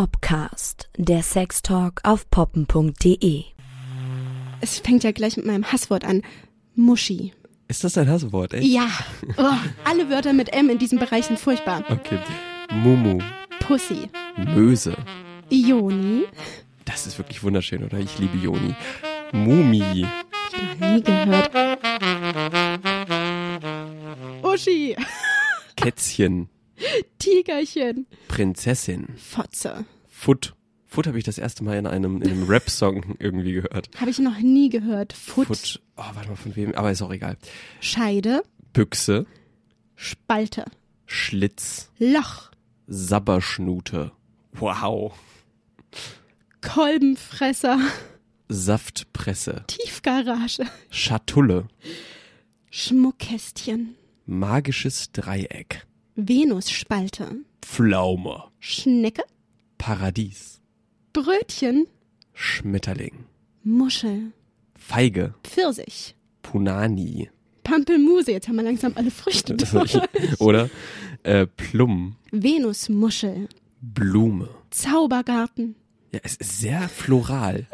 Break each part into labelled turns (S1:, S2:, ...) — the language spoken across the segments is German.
S1: Popcast, der Sextalk auf poppen.de.
S2: Es fängt ja gleich mit meinem Hasswort an. Muschi.
S3: Ist das dein Hasswort, echt?
S2: Ja. Oh, alle Wörter mit M in diesem Bereich sind furchtbar.
S3: Okay. Mumu.
S2: Pussy.
S3: Möse.
S2: Ioni.
S3: Das ist wirklich wunderschön, oder? Ich liebe Joni. Mumi.
S2: Noch nie gehört. Uschi.
S3: Kätzchen.
S2: Tigerchen.
S3: Prinzessin.
S2: Fotze.
S3: Foot. Foot habe ich das erste Mal in einem, in einem Rap-Song irgendwie gehört.
S2: Habe ich noch nie gehört. Foot.
S3: Foot. Oh, warte mal, von wem? Aber ist auch egal.
S2: Scheide.
S3: Büchse.
S2: Spalte.
S3: Schlitz.
S2: Loch.
S3: Sabberschnute. Wow.
S2: Kolbenfresser.
S3: Saftpresse.
S2: Tiefgarage.
S3: Schatulle.
S2: Schmuckkästchen.
S3: Magisches Dreieck.
S2: Venusspalte.
S3: Pflaume.
S2: Schnecke.
S3: Paradies.
S2: Brötchen.
S3: Schmetterling.
S2: Muschel.
S3: Feige.
S2: Pfirsich.
S3: Punani.
S2: Pampelmuse. Jetzt haben wir langsam alle Früchte durch.
S3: Oder? Äh, Plum.
S2: Venusmuschel.
S3: Blume.
S2: Zaubergarten.
S3: Ja, es ist sehr floral.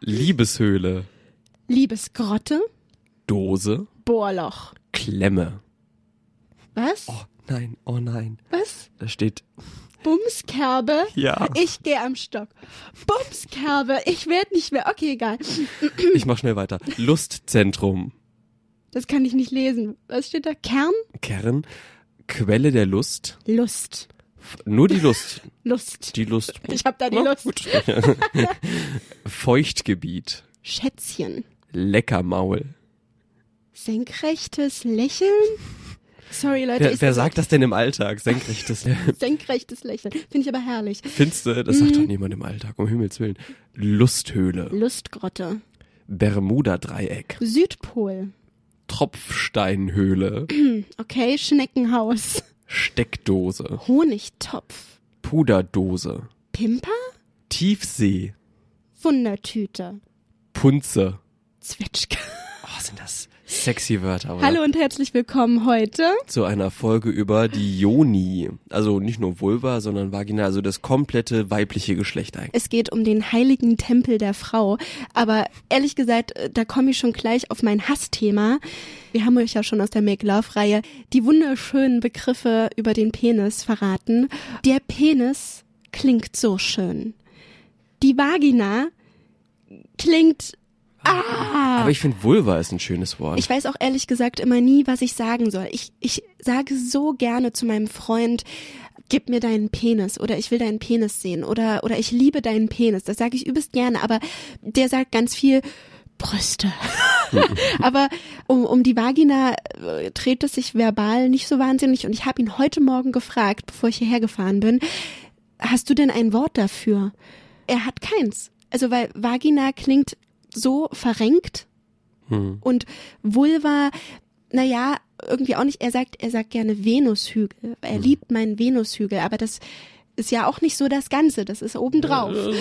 S3: Liebeshöhle.
S2: Liebesgrotte.
S3: Dose.
S2: Bohrloch.
S3: Klemme.
S2: Was?
S3: Oh nein, oh nein.
S2: Was?
S3: Da steht.
S2: Bumskerbe?
S3: Ja.
S2: Ich gehe am Stock. Bumskerbe. Ich werd nicht mehr. Okay, egal.
S3: Ich mach schnell weiter. Lustzentrum.
S2: Das kann ich nicht lesen. Was steht da? Kern?
S3: Kern. Quelle der Lust.
S2: Lust.
S3: F- Nur die Lust.
S2: Lust.
S3: Die Lust.
S2: Ich hab da die
S3: Na,
S2: Lust.
S3: Gut. Feuchtgebiet.
S2: Schätzchen.
S3: Leckermaul.
S2: Senkrechtes Lächeln? Sorry, Leute.
S3: Wer,
S2: ist
S3: wer
S2: das
S3: sagt das denn im Alltag? Senkrechtes Le-
S2: Senkrechtes Lächeln. Finde ich aber herrlich.
S3: Finste, das sagt doch niemand im Alltag, um Himmels Willen. Lusthöhle.
S2: Lustgrotte.
S3: Bermuda-Dreieck.
S2: Südpol.
S3: Tropfsteinhöhle.
S2: Okay, Schneckenhaus.
S3: Steckdose.
S2: Honigtopf.
S3: Puderdose.
S2: Pimper?
S3: Tiefsee.
S2: Wundertüte.
S3: Punze.
S2: Zwetschge.
S3: Oh, sind das sexy Wörter, oder?
S2: Hallo und herzlich willkommen heute.
S3: Zu einer Folge über die Joni. Also nicht nur Vulva, sondern Vagina, also das komplette weibliche Geschlecht eigentlich.
S2: Es geht um den heiligen Tempel der Frau. Aber ehrlich gesagt, äh, da komme ich schon gleich auf mein Hassthema. Wir haben euch ja schon aus der Make Love-Reihe die wunderschönen Begriffe über den Penis verraten. Der Penis klingt so schön. Die Vagina klingt. Ah!
S3: Aber ich finde Vulva ist ein schönes Wort.
S2: Ich weiß auch ehrlich gesagt immer nie, was ich sagen soll. Ich, ich sage so gerne zu meinem Freund, gib mir deinen Penis oder ich will deinen Penis sehen oder, oder ich liebe deinen Penis. Das sage ich übelst gerne, aber der sagt ganz viel Brüste. aber um, um die Vagina äh, dreht es sich verbal nicht so wahnsinnig und ich habe ihn heute Morgen gefragt, bevor ich hierher gefahren bin, hast du denn ein Wort dafür? Er hat keins. Also weil Vagina klingt so verrenkt
S3: Hm.
S2: und Vulva, naja, irgendwie auch nicht. Er sagt, er sagt gerne Venushügel.
S3: Hm.
S2: Er liebt meinen Venushügel, aber das ist ja auch nicht so das Ganze. Das ist obendrauf.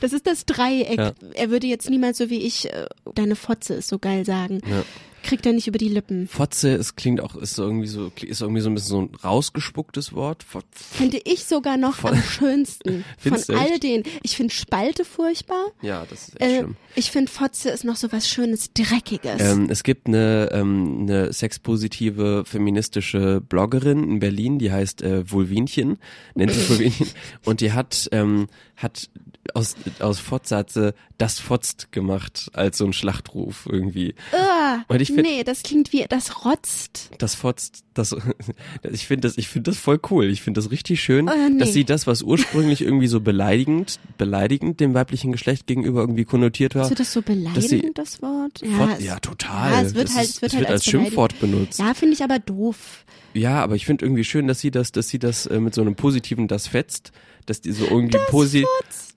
S2: Das ist das Dreieck.
S3: Ja.
S2: Er würde jetzt niemals so wie ich, äh, deine Fotze ist so geil sagen.
S3: Ja.
S2: Kriegt er nicht über die Lippen.
S3: Fotze, es klingt auch, ist so irgendwie so, ist irgendwie so ein bisschen so ein rausgespucktes Wort. Fotz.
S2: Finde ich sogar noch
S3: Voll.
S2: am schönsten von
S3: Findest du
S2: all
S3: echt?
S2: den. Ich finde Spalte furchtbar.
S3: Ja, das ist echt
S2: Äh,
S3: schlimm.
S2: ich finde Fotze ist noch so was Schönes, Dreckiges.
S3: Ähm, es gibt eine, ähm, eine sexpositive feministische Bloggerin in Berlin, die heißt äh, Vulvinchen, nennt sich Vulvinchen, und die hat, ähm, hat aus, aus Fortsatze das Fotzt gemacht als so ein Schlachtruf irgendwie.
S2: Ah,
S3: und ich find-
S2: nee, das klingt wie, das rotzt.
S3: Das Fotzt, das, ich finde das, ich finde das voll cool. Ich finde das richtig schön,
S2: Oh, nee.
S3: dass sie das, was ursprünglich irgendwie so beleidigend, beleidigend dem weiblichen Geschlecht gegenüber irgendwie konnotiert war.
S2: Ist das so
S3: dass sie-
S2: beleidigend, das Wort?
S3: Fotz-
S2: es-
S3: ja, total.
S2: Ja, es wird
S3: Das
S2: halt,
S3: ist-
S2: es wird
S3: es
S2: halt
S3: wird als Schimpfwort
S2: beleidigend.
S3: benutzt.
S2: Ja, finde ich aber doof.
S3: Ja, aber ich finde irgendwie schön, dass sie das, dass sie das äh, mit so einem positiven das fetzt, dass die so irgendwie posi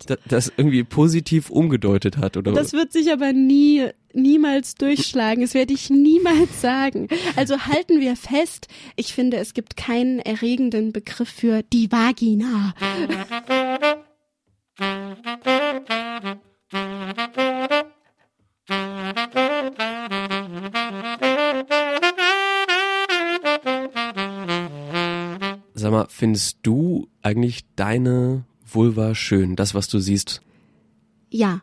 S3: da, das irgendwie positiv umgedeutet hat oder
S2: Das wird sich aber nie, niemals durchschlagen. Das werde ich niemals sagen. Also halten wir fest, ich finde, es gibt keinen erregenden Begriff für die Vagina.
S3: sag mal, findest du eigentlich deine Vulva schön, das, was du siehst?
S2: Ja.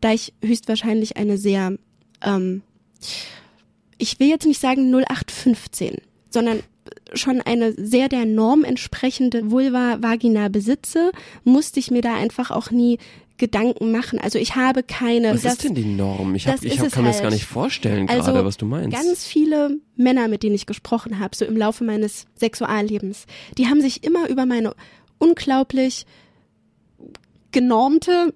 S2: Da ich höchstwahrscheinlich eine sehr, ähm, ich will jetzt nicht sagen 0815, sondern schon eine sehr der Norm entsprechende Vulva-Vagina besitze, musste ich mir da einfach auch nie Gedanken machen. Also ich habe keine.
S3: Was
S2: das-
S3: ist denn die Norm? Ich, hab,
S2: das
S3: ich
S2: ist
S3: hab,
S2: es
S3: kann mir das
S2: halt.
S3: gar nicht vorstellen
S2: Also
S3: gerade, was du meinst.
S2: Ganz viele Männer, mit denen ich gesprochen habe, so im Laufe meines Sexuallebens, die haben sich immer über meine unglaublich genormte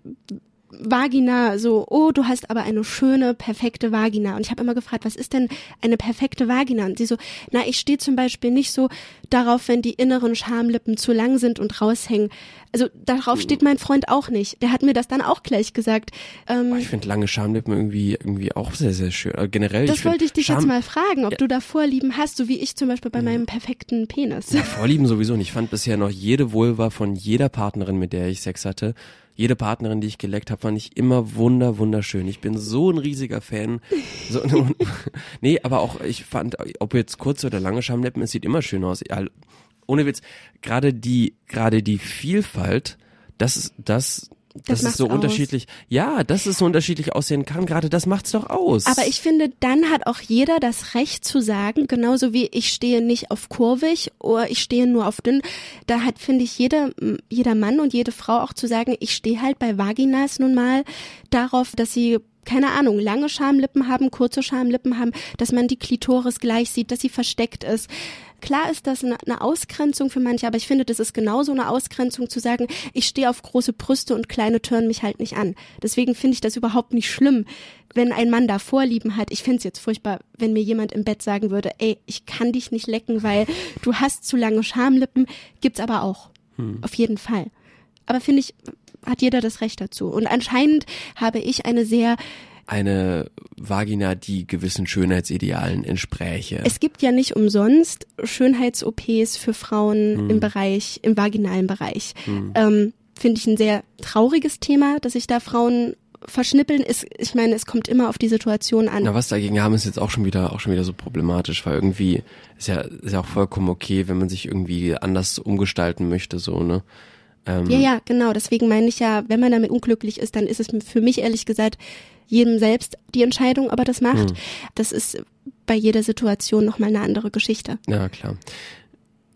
S2: Vagina so, oh, du hast aber eine schöne, perfekte Vagina. Und ich habe immer gefragt, was ist denn eine perfekte Vagina? Und sie so, na, ich stehe zum Beispiel nicht so darauf, wenn die inneren Schamlippen zu lang sind und raushängen. Also
S3: Hm.
S2: darauf steht mein Freund auch nicht. Der hat mir das dann auch gleich gesagt. Ähm,
S3: Boah, ich finde lange Schamlippen irgendwie, irgendwie auch sehr, sehr schön. Aber generell,
S2: das
S3: ich
S2: wollte ich dich jetzt
S3: Scham Mhm.
S2: mal fragen, ob du da Vorlieben hast, so wie ich zum Beispiel bei meinem perfekten Penis.
S3: Ja, Vorlieben sowieso. Und ich fand bisher noch jede Vulva von jeder Partnerin, mit der ich Sex hatte, jede Partnerin, die ich geleckt habe, fand ich immer wunder, wunderschön. Ich bin so ein riesiger Fan. So, nee, aber auch, ich fand, ob jetzt kurze oder lange Schamlippen, es sieht immer schön aus. All- Ohne Witz, gerade die, gerade die Vielfalt, das ist, das,
S2: Das
S3: das, ist so
S2: macht's aus.
S3: unterschiedlich. Ja, dass es so unterschiedlich aussehen kann, gerade das macht's doch aus.
S2: Aber ich finde, dann hat auch jeder das Recht zu sagen, genauso wie ich stehe nicht auf kurvig oder ich stehe nur auf dünn. Da hat, finde ich, jeder, jeder Mann und jede Frau auch zu sagen, ich stehe halt bei Vaginas nun mal darauf, dass sie keine Ahnung, lange Schamlippen haben, kurze Schamlippen haben, dass man die Klitoris gleich sieht, dass sie versteckt ist. Klar ist das eine eine Ausgrenzung für manche, aber ich finde, das ist genauso eine Ausgrenzung zu sagen, ich stehe auf große Brüste und kleine tören mich halt nicht an. Deswegen finde ich das überhaupt nicht schlimm, wenn ein Mann da Vorlieben hat. Ich finde es jetzt furchtbar, wenn mir jemand im Bett sagen würde, ey, ich kann dich nicht lecken, weil du hast zu lange Schamlippen. Gibt's aber auch. Auf jeden Fall. Aber finde ich, hat jeder das Recht dazu. Und anscheinend habe ich eine sehr
S3: Eine Vagina, die gewissen Schönheitsidealen entspräche.
S2: Es gibt ja nicht umsonst Schönheits-OPs für Frauen im Bereich, im vaginalen Bereich.
S3: Hm.
S2: Ähm, Finde ich ein sehr trauriges Thema, dass sich da Frauen verschnippeln. Ist, ich meine, es kommt immer auf die Situation an.
S3: Na, was dagegen haben, ist jetzt auch schon wieder, auch schon wieder so problematisch, weil irgendwie ist ja, ist ja auch vollkommen okay, wenn man sich irgendwie anders umgestalten möchte, so, ne?
S2: Ja, ja, genau. Deswegen meine ich ja, wenn man damit unglücklich ist, dann ist es für mich ehrlich gesagt jedem selbst die Entscheidung, ob er das macht. Das ist bei jeder Situation nochmal eine andere Geschichte.
S3: Ja, klar.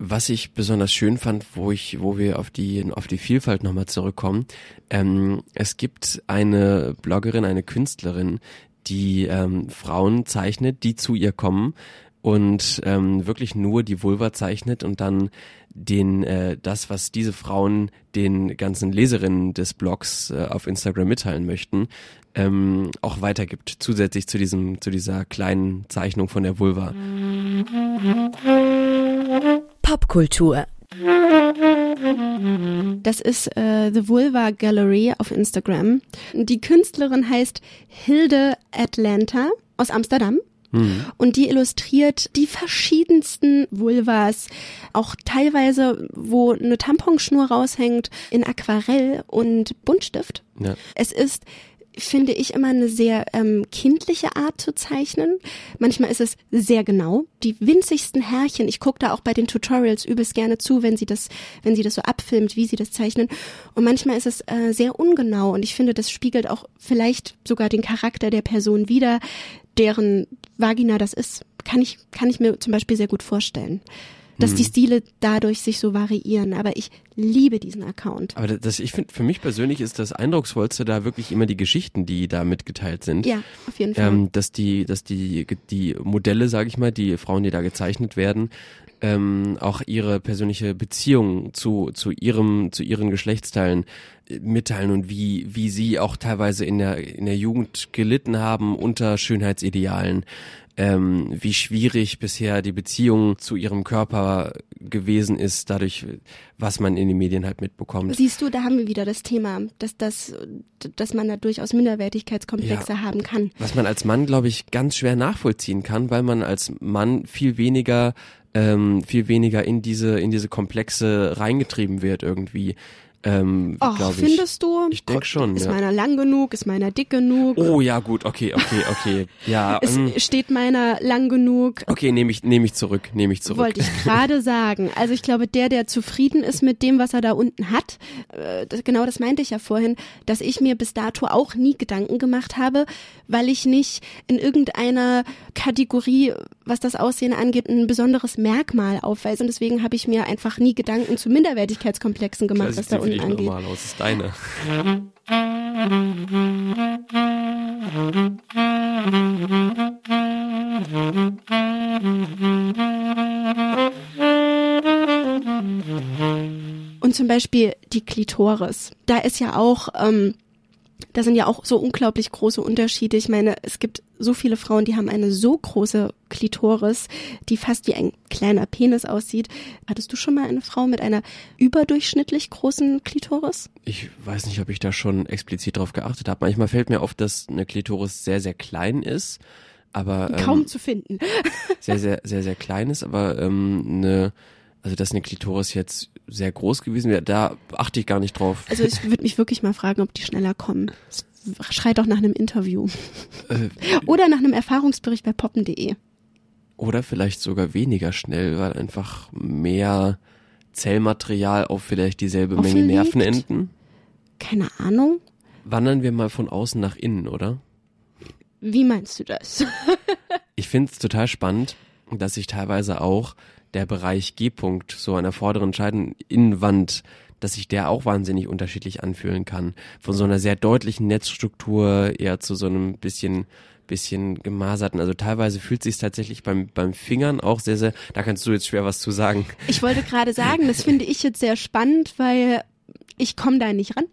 S3: Was ich besonders schön fand, wo ich, wo wir auf die, auf die Vielfalt nochmal zurückkommen, ähm, es gibt eine Bloggerin, eine Künstlerin, die ähm, Frauen zeichnet, die zu ihr kommen und ähm, wirklich nur die Vulva zeichnet und dann den äh, das, was diese Frauen den ganzen Leserinnen des Blogs äh, auf Instagram mitteilen möchten, ähm, auch weitergibt, zusätzlich zu diesem, zu dieser kleinen Zeichnung von der Vulva.
S1: Popkultur.
S2: Das ist äh, The Vulva Gallery auf Instagram. Die Künstlerin heißt Hilde Atlanta aus Amsterdam. Und die illustriert die verschiedensten Vulvas, auch teilweise, wo eine Tamponschnur raushängt, in Aquarell und Buntstift.
S3: Ja.
S2: Es ist finde ich immer eine sehr ähm, kindliche Art zu zeichnen. Manchmal ist es sehr genau. Die winzigsten Härchen, ich gucke da auch bei den Tutorials übelst gerne zu, wenn sie das, wenn sie das so abfilmt, wie sie das zeichnen. Und manchmal ist es äh, sehr ungenau und ich finde, das spiegelt auch vielleicht sogar den Charakter der Person wider, deren Vagina das ist. Kann ich, kann ich mir zum Beispiel sehr gut vorstellen. Dass die Stile dadurch sich so variieren. Aber ich liebe diesen Account.
S3: Aber das, ich finde, für mich persönlich ist das eindrucksvollste da wirklich immer die Geschichten, die da mitgeteilt sind.
S2: Ja, auf jeden Fall.
S3: Ähm, dass die, dass die, die Modelle, sage ich mal, die Frauen, die da gezeichnet werden, ähm, auch ihre persönliche Beziehung zu, zu ihrem, zu ihren Geschlechtsteilen äh, mitteilen und wie, wie sie auch teilweise in der, in der Jugend gelitten haben unter Schönheitsidealen. Ähm, wie schwierig bisher die Beziehung zu ihrem Körper gewesen ist, dadurch, was man in den Medien halt mitbekommt.
S2: Siehst du, da haben wir wieder das Thema, dass, das, dass man da durchaus Minderwertigkeitskomplexe haben kann.
S3: Was man als Mann, glaube ich, ganz schwer nachvollziehen kann, weil man als Mann viel weniger, ähm, viel weniger in diese, in diese Komplexe reingetrieben wird irgendwie. Ähm,
S2: Och,
S3: glaub ich.
S2: Oh, findest du?
S3: Ich denk schon,
S2: Ist
S3: ja.
S2: meiner lang genug? Ist meiner dick genug?
S3: Oh ja, gut, okay, okay, okay. Ja,
S2: Es
S3: ähm,
S2: steht meiner lang genug?
S3: okay, nehme ich, nehme ich zurück, nehme ich zurück.
S2: Wollte ich gerade sagen. Also ich glaube, der, der zufrieden ist mit dem, was er da unten hat, äh, das, genau das meinte ich ja vorhin, dass ich mir bis dato auch nie Gedanken gemacht habe, weil ich nicht in irgendeiner Kategorie, was das Aussehen angeht, ein besonderes Merkmal aufweise. Und deswegen habe ich mir einfach nie Gedanken zu Minderwertigkeitskomplexen gemacht, was da unten
S3: sieht für dich
S2: angeht.
S3: normal aus, ist deine.
S2: Und zum Beispiel die Klitoris. Da ist ja auch, ähm, da sind ja auch so unglaublich große Unterschiede. Ich meine, es gibt so viele Frauen, die haben eine so große Klitoris, die fast wie ein kleiner Penis aussieht. Hattest du schon mal eine Frau mit einer überdurchschnittlich großen Klitoris?
S3: Ich weiß nicht, ob ich da schon explizit drauf geachtet habe. Manchmal fällt mir auf, dass eine Klitoris sehr, sehr klein ist, aber ähm,
S2: Kaum zu finden.
S3: sehr, sehr, sehr, sehr klein ist, aber ähm, eine, also dass eine Klitoris jetzt sehr groß gewesen wäre, da achte ich gar nicht drauf.
S2: Also ich würde mich wirklich mal fragen, ob die schneller kommen. Es Schreit doch nach einem Interview.
S3: Äh,
S2: Oder nach einem Erfahrungsbericht bei poppen.de.
S3: Oder vielleicht sogar weniger schnell, weil einfach mehr Zellmaterial auf vielleicht dieselbe
S2: Offen
S3: Menge
S2: liegt.
S3: Nervenenden.
S2: Keine Ahnung.
S3: Wandern wir mal von außen nach innen, oder?
S2: Wie meinst du das?
S3: Ich finde es total spannend, dass sich teilweise auch der Bereich G-Punkt, so an der vorderen Scheideninnenwand, dass sich der auch wahnsinnig unterschiedlich anfühlen kann. Von so einer sehr deutlichen Netzstruktur eher zu so einem bisschen bisschen gemaserten. Also teilweise fühlt sich tatsächlich beim, beim Fingern auch sehr, sehr, da kannst du jetzt schwer was zu sagen.
S2: Ich wollte gerade sagen, das finde ich jetzt sehr spannend, weil ich komme da nicht ran.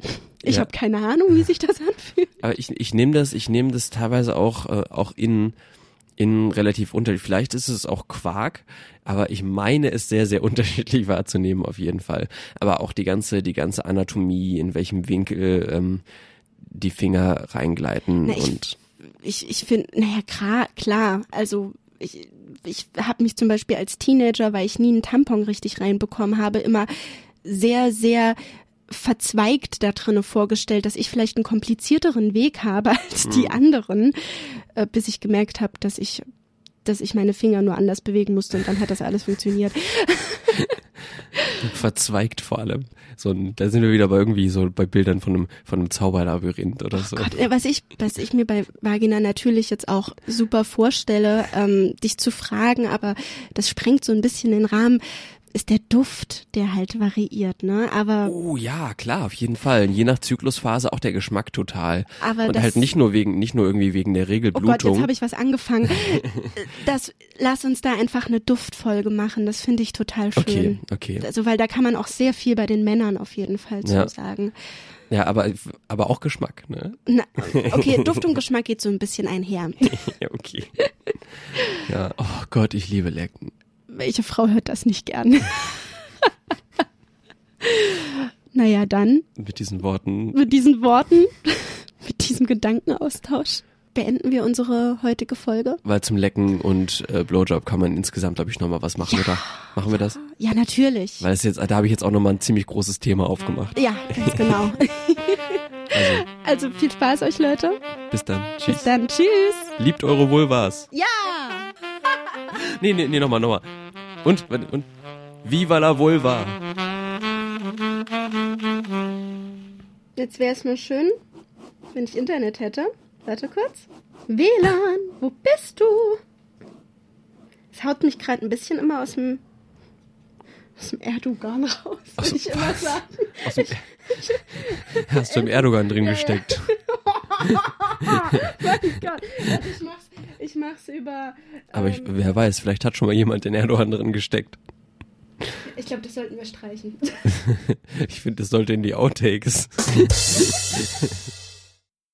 S2: Ich
S3: Ja.
S2: habe keine Ahnung, wie sich das anfühlt.
S3: Aber ich, ich nehme das, ich nehme das teilweise auch, äh, auch in, in relativ unterschiedlich. Vielleicht ist es auch Quark, aber ich meine es sehr, sehr unterschiedlich wahrzunehmen auf jeden Fall. Aber auch die ganze, die ganze Anatomie, in welchem Winkel ähm, die Finger reingleiten
S2: Na, ich-
S3: und
S2: Ich, ich finde, naja, klar, klar. Also ich, ich habe mich zum Beispiel als Teenager, weil ich nie einen Tampon richtig reinbekommen habe, immer sehr, sehr verzweigt da drinne vorgestellt, dass ich vielleicht einen komplizierteren Weg habe als die anderen, äh, bis ich gemerkt habe, dass ich, dass ich meine Finger nur anders bewegen musste und dann hat das alles funktioniert.
S3: verzweigt vor allem. So, ein- da sind wir wieder bei irgendwie so bei Bildern von einem, von einem Zauberlabyrinth oder so.
S2: Gott, äh, was ich, was ich mir bei Vagina natürlich jetzt auch super vorstelle, ähm, dich zu fragen, aber das sprengt so ein bisschen den Rahmen, ist der Duft, der halt variiert, ne? Aber,
S3: Oh ja, klar, auf jeden Fall. Je nach Zyklusphase auch der Geschmack total.
S2: aber
S3: Und
S2: Äh, das,
S3: halt nicht nur wegen, nicht nur irgendwie wegen der
S2: oh Gott, jetzt
S3: Regelblutung.
S2: habe ich was angefangen. Das, lass uns da einfach eine Duftfolge machen, das finde ich total
S3: okay,
S2: schön.
S3: okay.
S2: Also, weil da kann man auch sehr viel bei den Männern auf jeden Fall zu
S3: Ja.
S2: sagen.
S3: Ja, aber, aber auch Geschmack, ne?
S2: Na, okay, Duft und Geschmack geht so ein bisschen einher.
S3: Ja, okay. Ja, oh Gott, ich liebe Lecken.
S2: Welche Frau hört das nicht gern? naja, dann
S3: Mit diesen Worten.
S2: mit diesen Worten, mit diesem Gedankenaustausch beenden wir unsere heutige Folge.
S3: Weil zum Lecken und äh, Blowjob kann man insgesamt, glaube ich, nochmal was machen, oder? Machen wir das?
S2: Ja, natürlich.
S3: Weil es jetzt, da habe ich jetzt auch nochmal ein ziemlich großes Thema aufgemacht.
S2: Ja, ganz genau. also viel Spaß euch, Leute.
S3: Bis dann.
S2: Bis
S3: Tschüss.
S2: dann. Tschüss.
S3: Liebt eure Vulvas.
S2: Ja.
S3: Nee, nee, nee, nochmal, nochmal. Und, und, viva la Vulva.
S2: Jetzt wäre es mal schön, wenn ich Internet hätte. Warte kurz. WLAN, wo bist du? Es haut mich gerade ein bisschen immer aus dem, aus dem Erdogan raus, würde ich immer sagen.
S3: Aus dem, hast du im Erdogan drin gesteckt.
S2: mein Gott. Also ich, mach's, ich mach's über.
S3: Aber ich,
S2: ähm,
S3: wer weiß, vielleicht hat schon mal jemand den Erdogan drin gesteckt.
S2: ich glaube, das sollten wir streichen.
S3: Ich finde, das sollte in die Outtakes.